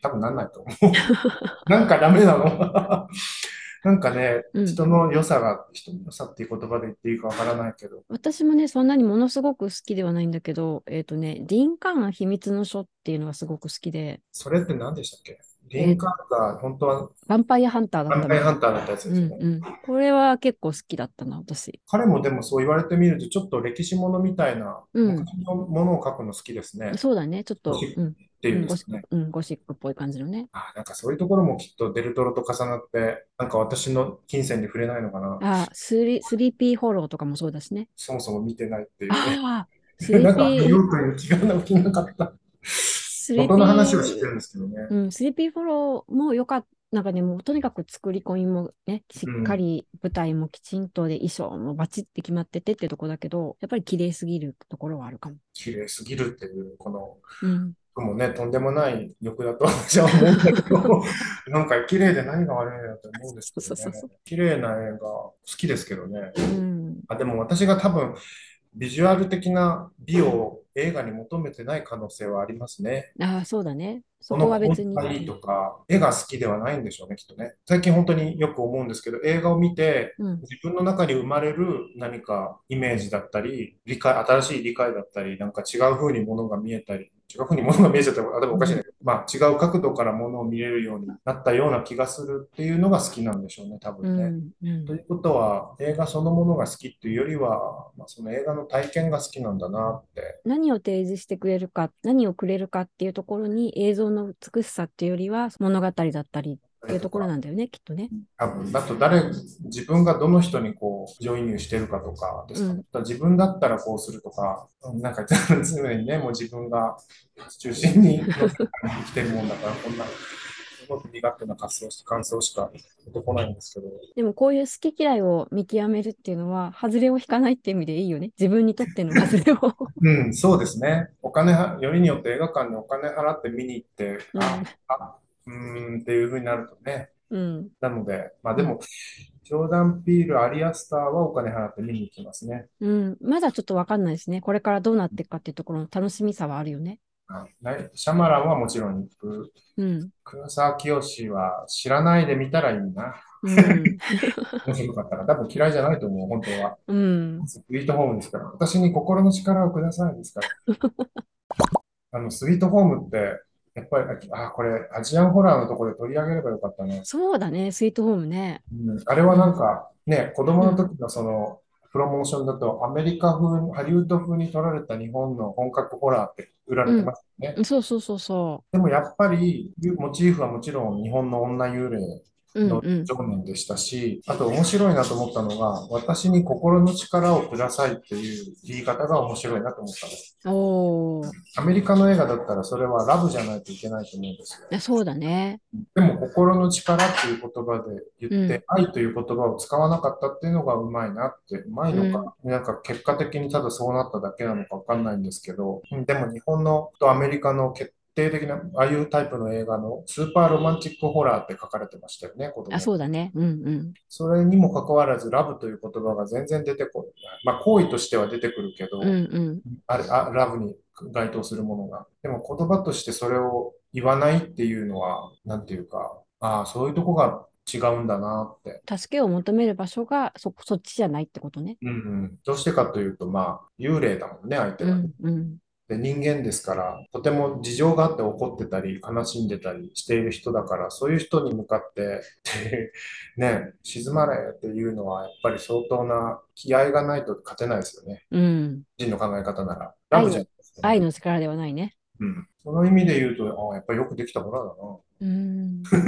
多分なんないと思う。 [laughs] なんかダメなの。 [laughs] なんかね、うん人の良さが、人の良さっていう言葉で言っていいかわからないけど、私もね、そんなにものすごく好きではないんだけど、えっとね、リンカーン秘密の書っていうのがすごく好きで、それって何でしたっけリンカーンが本当はヴァンパイアハンターだ反った対のハンターだったやつうですよねん。うん。これは結構好きだったな、私。彼もでもそう言われてみると、ちょっと歴史ものみたいな、うん昔のものを書くの好きですね。っそうだね、ちょっと、うん、ていうんですかね。うん、ゴシックっぽい感じのね。あーなんかそういうところもきっとデルトロと重なって、なんか私の金銭に触れないのかな。あ、スリ、スリーピーホローとかもそうだしね。そもそも見てないっていうね。ああ、スリ [laughs] ーなんピか見ーよ、うという気が起きなかった。スリー元ピの話は知ってるー、んですけどね。うん、スリーピーホローもよかった。なんかね、もうとにかく作り込みもね、しっかり舞台もきちんとで衣装もバチって決まっててってとこだけど、やっぱり綺麗すぎるところはあるかも。綺麗すぎるっていう、この、うん。僕もね、とんでもない欲だと私は思うんだけ [laughs] ど、なんか綺麗で何が悪いんだと思うんですけそうそどうそうね。綺麗な映画好きですけどね。うん。あ、でも私が多分ビジュアル的な美を映画に求めてない可能性はありますね。ああ、そうだね。そここのは別本に。がいいとか、絵が好きではないんでしょうね、きっとね。最近本当によく思うんですけど、映画を見てうん。自分の中に生まれる何かイメージだったり、理解、新しい理解だったり、なんか違う風にものが見えたり、違う風にものが見えちゃったら、例えばおかしいね。まあ違う角度からものを見れるようになったような気がするっていうのが好きなんでしょうね、多う分ね。ん。うんということは、映画そのものが好きっていうよりは、まあ、その映画の体験が好きなんだなって。何を提示してくれるか、何をくれるかっていうところに映像の美しさっていうよりは物語だったりっていうところなんだよね、きっとね。多分、だと誰、自分がどの人にこう、上位入してるかとかですかね。自分だったらこうするとか、うんなんか常にね、もう自分が中心に生きてるもんだから、こんな、すごく苦手な感想し感想しか出てこないんですけど、でもこういう好き嫌いを見極めるっていうのは、外れを引かないっていう意味でいいよね。自分にとっての外れ [laughs] を。うん、そうですね。お金は、よりによって映画館にお金払って見に行って、あ、あ、うーんっていう風になるとね、うん。なので、まあでも、ちジョーダン・ピール、アリアスターはお金払って見に行きますね。うん。まだちょっとわかんないですね。これからどうなっていくかっていうところの楽しみさはあるよね。はい来シャマランはもちろん行く。うん。黒沢清は知らないで見たらいいな。うん。面白かったら、多分嫌いじゃないと思う、本当は。うん。スイートホームですから、私に心の力をくださいですから。あの、スイートホームって、やっぱり、あ、これ、アジアンホラーのところで取り上げればよかったね。そうだね。スイートホームね。うん、あれはなんか、ね、子供の時のその、プロモーションだと、アメリカ風、ハリウッド風に撮られた日本の本格ホラーって売られてますよね。そうそうそうそでもやっぱり、モチーフはもちろん日本の女幽霊う。うんのうん。 [laughs] 少年でしたし、あと面白いなと思ったのが、私に心の力をくださいっていう言い方が面白いなと思ったんです。おー。アメリカの映画だったらそれはラブじゃないといけないと思うんですよ。いやそうだね。でも心の力っていう言葉で言ってう、愛という言葉を使わなかったっていうのがうまいなって、うまいのか、なんか結果的にただそうなっただけなのかわかんないんですけど、うんでも日本のとアメリカの決定的な、ああいうタイプの映画のスーパーロマンチックホラーって書かれてましたよね、子供のあ、そうだね。うんうん。それにもかかわらず、ラブという言葉が全然出てこない。まあ、行為としては出てくるけど、うんうん。あれあ、ラブに該当するものが。でも言葉としてそれを言わないっていうのは、なんていうか、ああ、そういうとこが違うんだなって。助けを求める場所がそ、そっちじゃないってことね。うんうん。どうしてかというと、まあ、幽霊だもんね、相手うが。んうん。で、人間ですから、とても事情があって怒ってたり、悲しんでたりしている人だから、そういう人に向かって、 [laughs] ってね、静まれっていうのは、やっぱり相当な気合がないと勝てないですよね。うん。人の考え方なら。ラ愛ブのじゃないですかね愛の力ではないね。うん。その意味で言うと、ああ、やっぱりよくできたホラーうん。だな。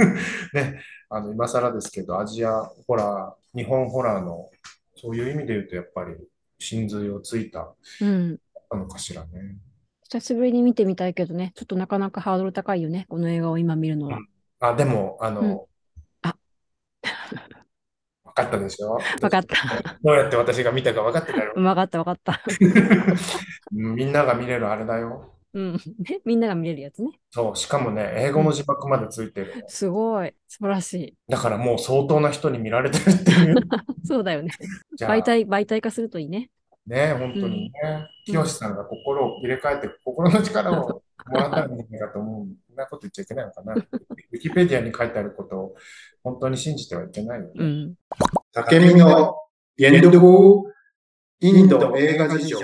ね、あの、今更ですけど、アジアホラー、日本ホラーの、そういう意味で言うと、やっぱり、真髄をついたうん。のかしらね。久しぶりに見てみたいけどね、ちょっとなかなかハードル高いよね、この映画を今見るのは。あ、でも、あうんの、あ分かったでしょ分かった。どうやって私が見たか分かってたよ。分かった、分かった。うんみんなが見れるあれだよ。うん。ね、みんなが見れるやつね。そう、しかもね、英語の字幕までついてる。すごい。素晴らしい。だからもう相当な人に見られてるっ [laughs] ていう。そうだよね。じゃあ、媒体、媒体化するといいね。ね、本当にね、清さんが心を入れ替えて心の力をもらったんじゃないかと思う。そんなこと言っちゃいけないの [laughs] かな。ウィキペディアに書いてあることを本当に信じてはいけないよね。うん。竹見の言動インド映画事情。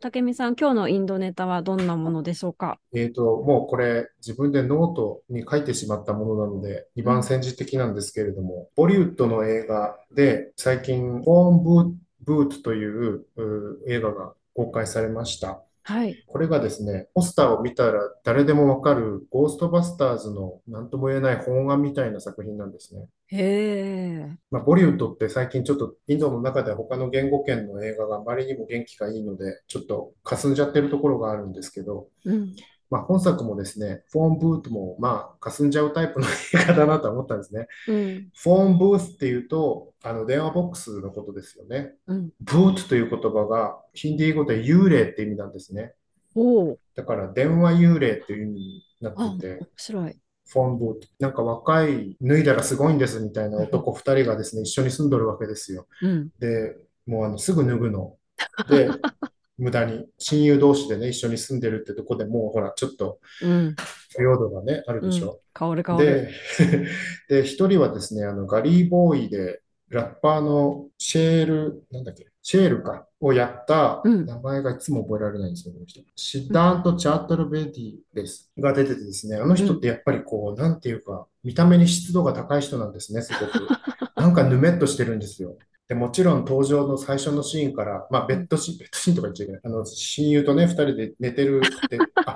武見さん、今日のインドネタはどんなものでしょうかえーと、もうこれ自分でノートに書いてしまったものなので二番煎じ的なんですけれども、ボリウッドの映画で最近、ボーンブーブーツといううー映画が公開されました。はい。これがですね、ポスターを見たら誰でもわかるゴーストバスターズの何とも言えない本案みたいな作品なんですね。へえ。まあ、ボリウッドって最近ちょっとインドの中では他の言語圏の映画があまりにも元気がいいので、ちょっと霞んじゃってるところがあるんですけど、うん。まあ、本作もですね、フォーンブーツもまあ霞んじゃうタイプの映画だなとは思ったんですね。うん。フォーンブースっていうと、あの電話ボックスのことですよね。うん。ブーツという言葉がヒンディー語で幽霊って意味なんですね。おお、だから電話幽霊という意味になあ、ってい面て、白い。フォンボーって、なんか若い、脱いだらすごいんですみたいな男2人がですね、一緒に住んどるわけですよ。うん。で、もうあのすぐ脱ぐの。で、無駄に、親友同士でね、一緒に住んでるってとこでもうほら、ちょっとうん。不要度がね、あるうでしょん。。香る香る。で、で、一人はですね、あの、ガリーボーイで、ラッパーのシェール、なんだっけ、シェールか、をやった、うん名前がいつも覚えられないんですよ、この人。シダート・チャートル・ベディです。が出ててですね、あの人ってやっぱりこう、なんていうか、見た目に湿度が高い人なんですね、すごく。なんかぬめっとしてるんですよ。で、もちろん登場の最初のシーンから、まあ、ベッドシーン、ベ [laughs] ッドシーンとか言っちゃいけない。あの、親友とね、二人で寝てるって、あ、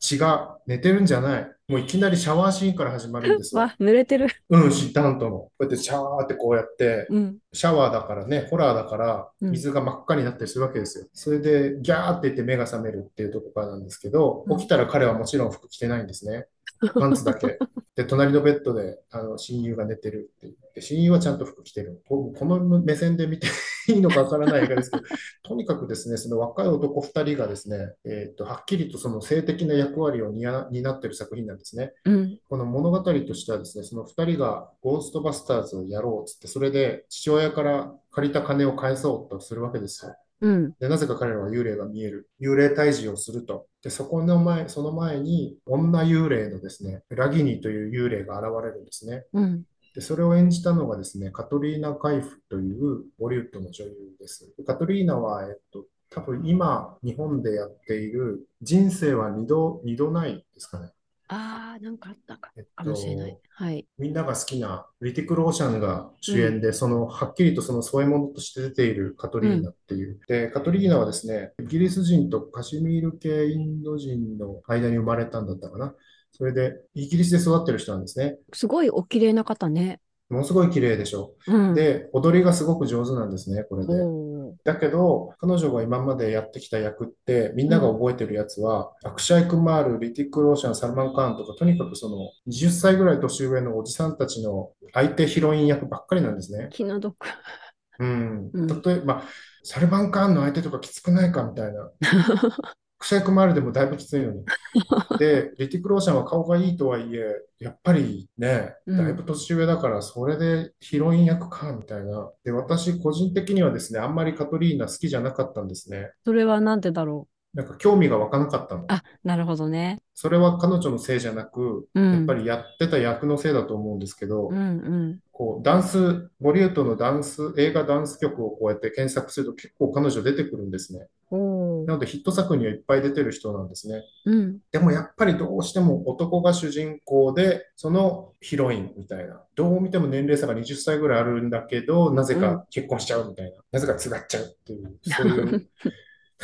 違う、寝てるんじゃない。もういきなりシャワーシーンから始まる [laughs] んですよ。わ、濡れてる。うん、シダントの。こうやってシャワーってこうやって、うん。シャワーだからね、ホラーだから、うん水が真っ赤になったりするわけですよ。それで、ギャーって言って目が覚めるっていうとこからなんですけど、うん起きたら彼はもちろん服着てないんで [laughs] すね。パンツだけ。で、隣のベッドで、あの、親友が寝てるって言って、親友はちゃんと服着てる。ここの目線で見てっていいのかわからない映画で [laughs] すけど、とにかくですね、その若い男2人がですね、えーと、はっきりとその性的な役割を担担っている作品なんですね。うん。この物語としてはですね、その2人がゴーストバスターズをやろうっつって、それで父親から借りた金を返そうとするわけですよ。うん。で、なぜか彼らは幽霊が見える。幽霊退治をすると。で、そこの前、その前に、女幽霊のですね、ラギニという幽霊が現れるんですね。うん。で、それを演じたのがですね、カトリーナ・カイフというボリウッドの女優です。でカトリーナは、えっと、多分今、日本でやっている、人生は二度、二度ないですかね。ああ、なんかあったかえっかもしれないと、。はい。みんなが好きなリティク・ローシャンが主演で、そのはっきりとその添え物として出ているカトリーナっていう。で、カトリーナはですね、イギリス人とカシミール系インド人の間に生まれたんだったかな。それで、イギリスで育ってる人なんですね。すごいお綺麗な方ね。ものすごい綺麗でしょ。うん。で、踊りがすごく上手なんですね、これで。おーだけど、彼女が今までやってきた役って、みんなが覚えてるやつは、アクシャイ・クマール、リティック・ローシャン、サルマン・カーンとか、とにかくその、20歳ぐらい年上のおじさんたちの相手ヒロイン役ばっかりなんですね。気の毒。うん。うん例えば、サルマン・カーンの相手とかきつくないかみたい [laughs] な。アクシャイ・クマールでもだいぶきついのに。で、リティック・ローシャンは顔がいいとはいえ、やっぱりね、うんだいぶ年上だから、それでヒロイン役か、みたいな。で、私、個人的にはですね、あんまりカトリーナ好きじゃなかったんですね。それはなんでだろなんか興味が湧かなかったのう。。あ、なるほどね。それは彼女のせいじゃなく、うん。やっぱりやってた役のせいだと思うんですけどう、んうん。こう、ダンス、ボリュートのダンス、映画ダンス曲をこうやって検索すると結構彼女出てくるんですね。おーなのでヒット作にはいっぱい出てる人なんですね。うん。でもやっぱりどうしても男が主人公で、そのヒロインみたいな。どう見ても年齢差が20歳ぐらいあるんだけど、なぜか結婚しちゃうみたいな。なぜかつがっちゃうっていう、そういう、 [laughs]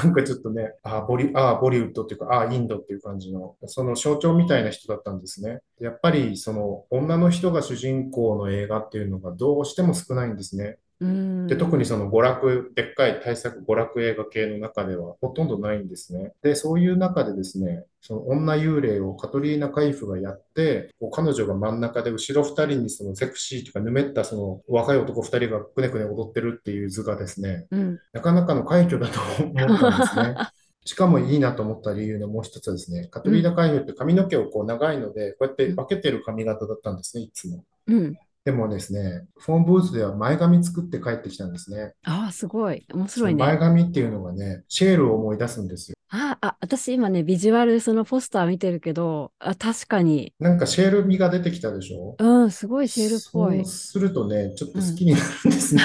なんかちょっとね、ああ、ボリ、ああ、ボリウッドっていうか、ああ、インドっていう感じの、その象徴みたいな人だったんですね。やっぱり、その、女の人が主人公の映画っていうのがどうしても少ないんですね。うん。で、特にその娯楽、でっかい大作娯楽映画系の中ではほとんどないんですね。で、そういう中でですね、その女幽霊をカトリーナ・カイフがやって、こう彼女が真ん中で後ろ二人にそのセクシーとかぬめったその若い男二人がくねくね踊ってるっていう図がですね、うん。なかなかの快挙だと思ったんで [laughs] すね。しかもいいなと思った理由のもう一つはですね、カトリーナ・カイフって髪の毛をこう長いので、こうやって分けてる髪型だったんですね、いつも。うん。でもですね、フォンブースでは前髪作って帰ってきたんですね。ああ、すごい。面白い前ね。髪っていうのがね、シェールを思い出すんですよ。ああ、私今ね、ビジュアル、そのポスター見てるけど、あ、確かに。なんかシェール味が出てきたでしょうん、すごいシェールっぽ [laughs] そい。うするとね、ちょっと好きになるんですね。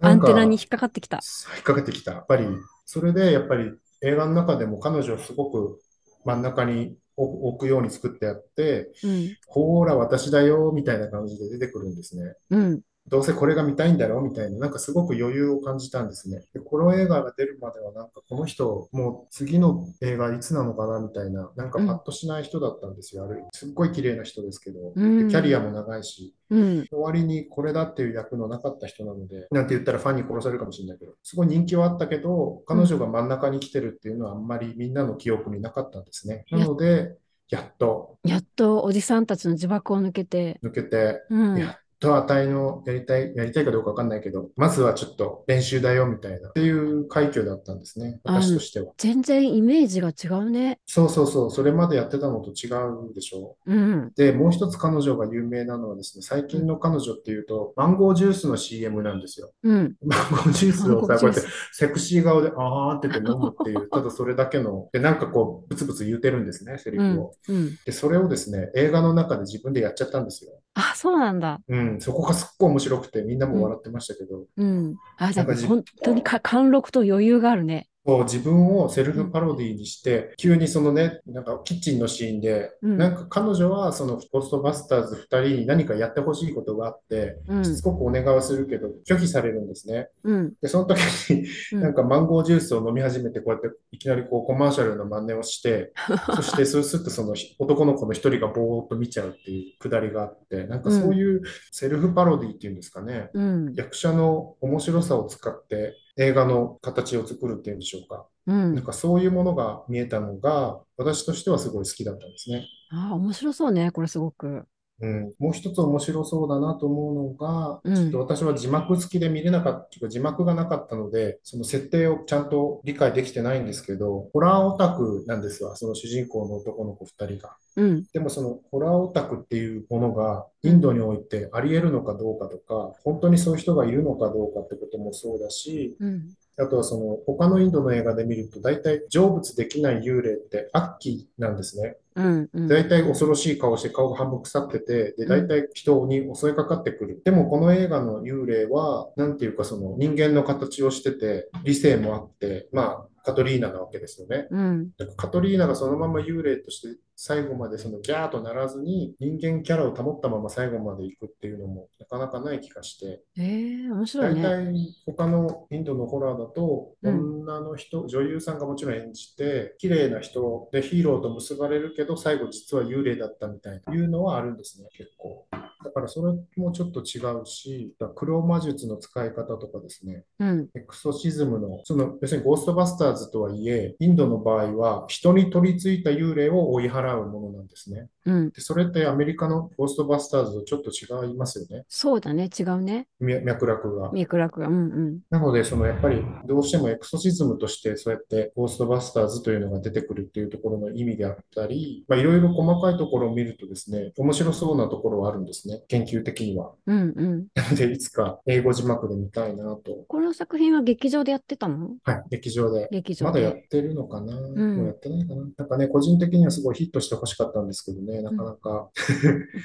アンテナに引引っかかってきた。っ掛けてきた。やっぱり、それでやっぱり映画の中でも彼女をすごく真ん中に置くように作ってあって、うん。ほーら、私だよ、みたいな感じで出てくるんですね。うん。どうせこれが見たいんだろうみたいな、なんかすごく余裕を感じたんですね。で、この映画が出るまでは、なんかこの人、もう次の映画いつなのかなみたいな、なんかパッとしない人だったんですよ。あるすっごい綺麗な人ですけど、うでんキャリアも長いし、うん。終わりにこれだっていう役のなかった人なので、なんて言ったらファンに殺されるかもしれないけど、すごい人気はあったけど、彼女が真ん中に来てるっていうのはあんまりみんなの記憶になかったんですね。なので、やっとやっとおじさんたちの呪縛を抜けて、抜けて、うん。やっと値のやりたい、やりたいかどうかわかんないけど、まずはちょっと練習だよみたいなっていう快挙だったんですね、あの私としては。全然イメージが違うね。そうそうそう、それまでやってたのと違うでしょ。うん。で、もう一つ彼女が有名なのはですね、最近の彼女っていうと、マンゴージュースの CM なんですよ。 [laughs] うん。マンゴージュースをさ、こうや韓国ってジュースセクシー顔で、あーって言って飲むっていう、 [laughs] ただそれだけの、で、なんかこう、ブツブツ言うてるんですね、セリフを。うん。で、それをですね、映画の中で自分でやっちゃったんですよ。あ、そうなんだ。うん、そこがすっごい面白くて、みんなも笑ってましたけど、うん。あ、じゃなんかじ本当にか貫禄と余裕があるね。こう自分をセルフパロディにして、急にそのね、なんかキッチンのシーンで、うんなんか彼女はそのゴーストバスターズ2人に何かやってほしいことがあって、うん。しつこくお願いはするけど、拒否されるんですね。うん。で、その時に、うんなんかマンゴージュースを飲み始めて、こうやっていきなりこうコマーシャルの真似を [laughs] して、そしてスースッとその男の子の一人がぼーっと見ちゃうっていうくだりがあって、なんかそういうセルフパロディっていうんですかね。うん。役者の面白さを使って映画の形を作るっていうんでしょうか。うんなん。かそういうものが見えたのが、私としてはすごい好きだったんですね。ああ、面白そうね、これすごく。うん、もう一つ面白そうだなと思うのうが、んちょっと私は字幕付きで見れなかった、というか字幕がなかったので、その設定をちゃんと理解できてないんですけど、ホラーオタクなんですわ、その主人公の男の子2人が。うん。でもそのホラーオタクっていうものがインドにおいてあり得るのかどうかとか、本当にそういう人がいるのかどうかってこともそうだし、うん。あとはその他のインドの映画で見ると大体成仏できない幽霊って悪鬼なんですね。うん。うん。大体恐ろしい顔して顔が半分腐ってて、で、うん大体人に襲いかかってくる。でもこの映画の幽霊は、なんていうかその人間の形をしてて、理性もあって、まあ、カトリーナなわけですよね。うん。だからカトリーナがそのまま幽霊として最後までそのギャーとならずに人間キャラを保ったまま最後まで行くっていうのもなかなかない気がして、えー、面白大いね。体他のインドのホラーだとうん女の人、女優さんがもちろん演じて綺麗な人でヒーローと結ばれるけど最後実は幽霊だったみたいないうのはあるんですね、結構。だからそれもちょっと違うし、だから黒魔術の使い方とかですね、うん。エクソシズムの、その、要するにゴーストバスターズとはいえ、インドの場合は、人に取り付いた幽霊を追い払うものなんですね。うん。で、それってアメリカのゴーストバスターズとちょっと違いますよね。そうだね。違うね。脈脈絡が。ミクラクが。うんうん。なので、その、やっぱり、どうしてもエクソシズムとして、そうやって、ゴーストバスターズというのが出てくるっていうところの意味であったり、まあ、いろいろ細かいところを見るとですね、面白そうなところはあるんですね。研究的には。うんうん。なので、いつか英語字幕で見たいなと。この作品は劇場でやってたのはい、劇場で。劇場まだやっで。てるのかな、んもうやってないかな、なんかね、個人的にはすごいヒットしてほしかったんですけどね、なかなか、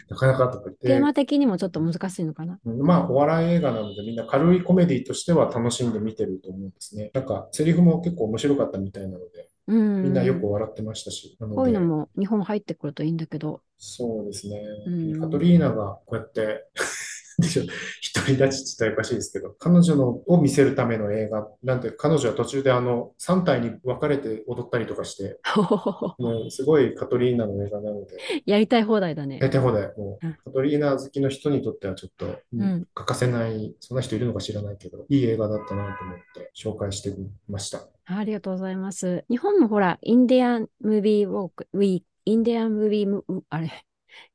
なかなかとかテー言っマて、的にもちょっと難しいのかな。うんまあ、お笑い映画なので、みんな軽いコメディとしては楽しんで見てると思うんですね。なんか、セリフも結構面白かったみたいなので、うん。みんなよく笑ってましたし、なのこういうので、も日本入ってくるといいんだけど。 [laughs] そうですね、うんカトリーナがこうやって、 [laughs] でしょ独り立ちって言ったらおかしいですけど、彼女のを見せるための映画、なんで彼女は途中であの3体に分かれて踊ったりとかして、もうすごいカトリーナの映画なので、やりたい放題だねや。りたい放題、もううんカトリーナ好きの人にとってはちょっと、うんうん欠かせない、そんな人いるのか知らないけど、いい映画だったなと思って紹介してみました。ありがとうございます。日本もほら、インディアンムービーウォーク、ウィーク、インディアンムービーム、うあれ、 [laughs]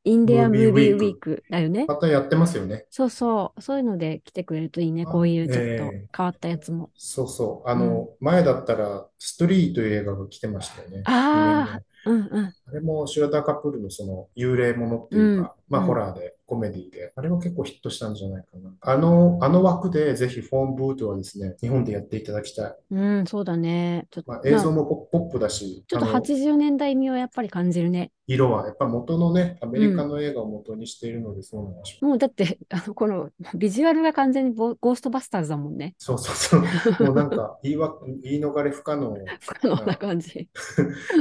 インディアンムービーウィークだよね。またやってますよね。そうそう、そういうので来てくれるといいね。こういうちょっとええ変わったやつも。そうそう。あの、前だったら、ストリーという映画が来てましたよね。ああ。うんうん。あれもシュラダカプールのその幽霊ものっていうか、うんまあうんホラーで、コメディで、あれは結構ヒットしたんじゃないかな。あの、あの枠でぜひフォンブートはですね、日本でやっていただきたい。うん、そうだね。ちょっと、まあ、映像まあもポポップだし、ちょっとあの80年代味をやっぱり感じるね。色はやっぱ元のね、アメリカの映画を元にしているのでそうなんでしょう。もうだって、 [laughs] あの、この、ビジュアルが完全にボゴーストバスターズだもんね。 [laughs] そうそうそう。もうなんか言いわ、言い逃れ不可能。このような感じ。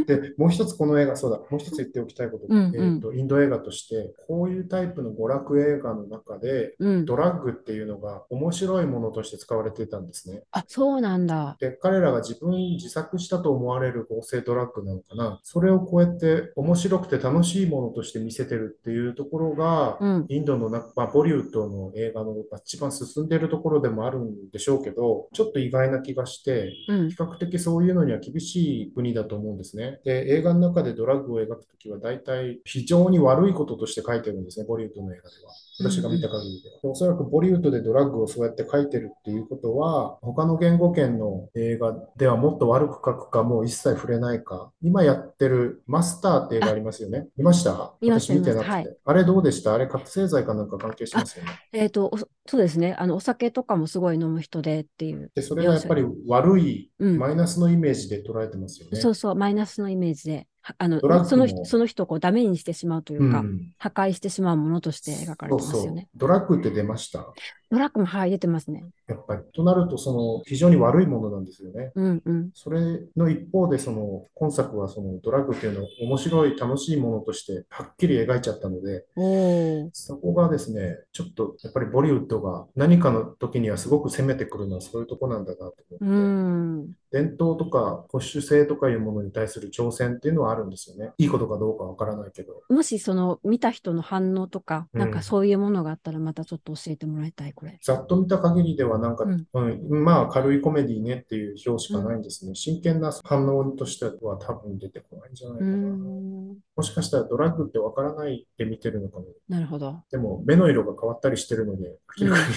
で、もう一つこの映画、そうだ、もう一つ言っておきたいことうんうんえっと、インド映画として、こういうタイプの娯楽映画の中で、うん。ドラッグっていうのが面白いものとして使われてたんですね。あ、そうなんだ。で、彼らが自分に自作したと思われる合成ドラッグなのかな。それをこうやって面白くて楽しいものとして見せてるっていうところが、うん。インドの中、まあ、ボリウッドの映画の一番進んでるところでもあるんでしょうけど、ちょっと意外な気がして、うん比。較的そういうのには厳しい国だと思うんですね。で、映画の中でドラッグを描くときは、大体非常に悪いこととして書いてるんですね、ボリウッドの映画では。私が見た限りでは。でおそらくボリウッドでドラッグをそうやって書いてるっていうことは、他の言語圏の映画ではもっと悪く書くか、もう一切触れないか。今やってるマスターって映画ありますよね。見ました見ました私見てなくて。見ましあれどうでしたあれ覚醒剤かなんか関係しますよね。えっと、おそうですね。あの、お酒とかもすごい飲む人でっていう。で、それがやっぱり悪い、うんマイナスのイメージで捉えてますよね。そうそう、マイナスのイメージで、はあのドラッ、グそのも人、その人をこうダメにしてしまうというか、ん。破壊してしまうものとして描かれてますそうよそうね。。ドラッグって出ました。ドラッグも、はい、出てますね。やっぱり。となると、その、非常に悪いものなんですよね。うんうん。それの一方で、その、今作はその、ドラッグっていうのを面白い、楽しいものとして、はっきり描いちゃったので、おーそこがですね、ちょっと、やっぱりボリウッドが何かの時にはすごく攻めてくるのはそういうとこなんだなとう思って、ん。伝統とか保守性とかいうものに対する挑戦っていうのはもあるんですよね。いいことかどうかわからないけど。もしその見た人の反応とか、うんなんかそういうものがあったらまたちょっと教えてもらいたい、これ。ざっと見た限りではなんか、うんうんまあ軽いコメディねっていう表しかないんですね。真剣な反応としては多分出てこないんじゃないーうかな。ん。もしかしたらドラッグってわからないって見てるのかも。なるほ [laughs] ど。でも目の色が変わったりしてるので、うん明らか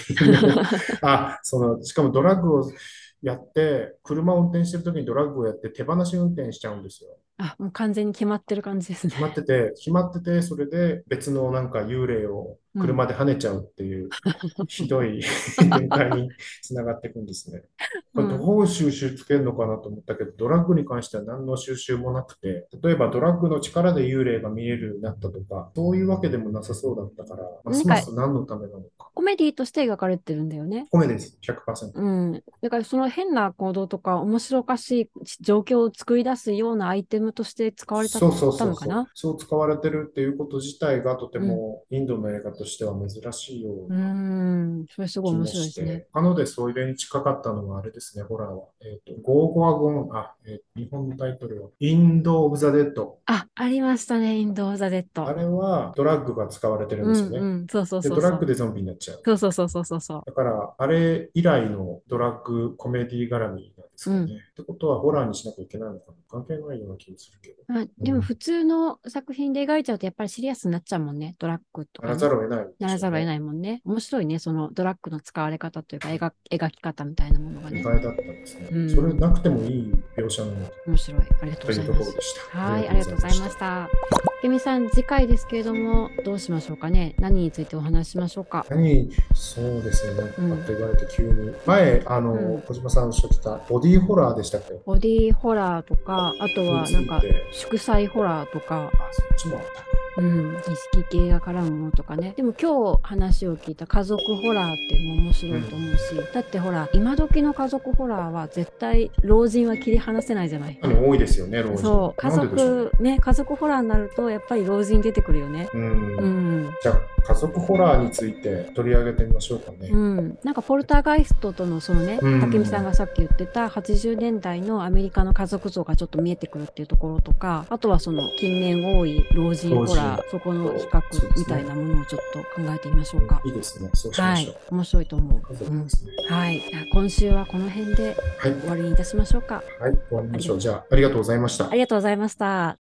に [laughs] あ、その、しかもドラッグをやって、車を運転してる時にドラッグをやって手放し運転しちゃうんですよ。あ、もう完全に決まってる感じですね。決まってて、決まってて、それで別のなんか幽霊を車で跳ねちゃうっ [laughs] ていう、ひどい展開につながっていくんですね。これうんどう収集つけるのかなと思ったけど、ドラッグに関しては何の収集もなくて、例えばドラッグの力で幽霊が見えるようになったとか、そういうわけでもなさそうだったから、ますます何のためなのか。コメディとして描かれてるんだよね。コメです、100%。うん。だからその変な行動とか面白おかしい状況を作り出すようなアイテムとして使われたそうそうったそうのかなそう、そう使われてるっていうこと自体がとてもインドの映画としては珍しいよううな。ーん。それすごい面白いですね。なので、それに近かったのはあれですね、ホラーは。えっと、ゴーゴアゴン、あ、えー日本のタイトルは、インド・オブ・ザ・デッド。あ、ありましたね。インド・オブザ・デッド。あれはドラッグが使われてるんうですよんね。うん。そうそうで、そうドそラッグう。でゾンビになっちゃう。そうそうそうそうそうそう。だから、あれ以来のドラッグコメディ絡みなんですかうね。んってことは、ホラーにしなきゃいけないのかな関係ないような気がするけど。まあ、でも普通の作品で描いちゃうとやっぱりシリアスになっちゃうもんね。ドラッグとなか、らね。ざるを得ないでならしょざうるを得ね。ないもんね。面白いね。そのドラッグの使われ方というか描き描き方みたいなものが意ね。外だったんですね。うんそれなくてもいい描写なのか面白い。ありがとうとごいざういとまころすで。した。はい、ありがとうございまし。た。けみさん、次回ですけれども、どうしましょうかね。何についてお話ししましょうか。何そうですね、なんかうんパッと言われて急に。前、あの、うん小島さんおっしゃってた、ボディーホラーでしたっけボディホラーとか、あとはなんにかつい、て祝祭ホラーとか、あ、そっちもあった。うん、儀式系が絡むものとかね。でも今日話を聞いた家族ホラーっていうのも面白いと思うし、だってほら、今時の家族ホラーは絶対老人は切り離せないじゃない。あの多いですよね、老人。そう、家なんででしょう族、ね、家族ホラーになると、やっぱり老人出てくるよね。うん。うん。じゃあ、家族ホラーについて取り上げてみましょうかね。うん、なんかポルターガイストとのそのね、うん武見さんがさっき言ってた80年代のアメリカの家族像がちょっと見えてくるっていうところとかあとはその近年多い老人ホラーそこの比較みたいなものをちょっと考えてみましょうかい。いですね、そうしまはしょ。、いう面白いと思家う。う族んで、すね。はい、今週はこの辺ではい、終わりにいたしましょうか。はい、終わりましょう。じゃあ、ありがとうございましたあ。りがとうございました。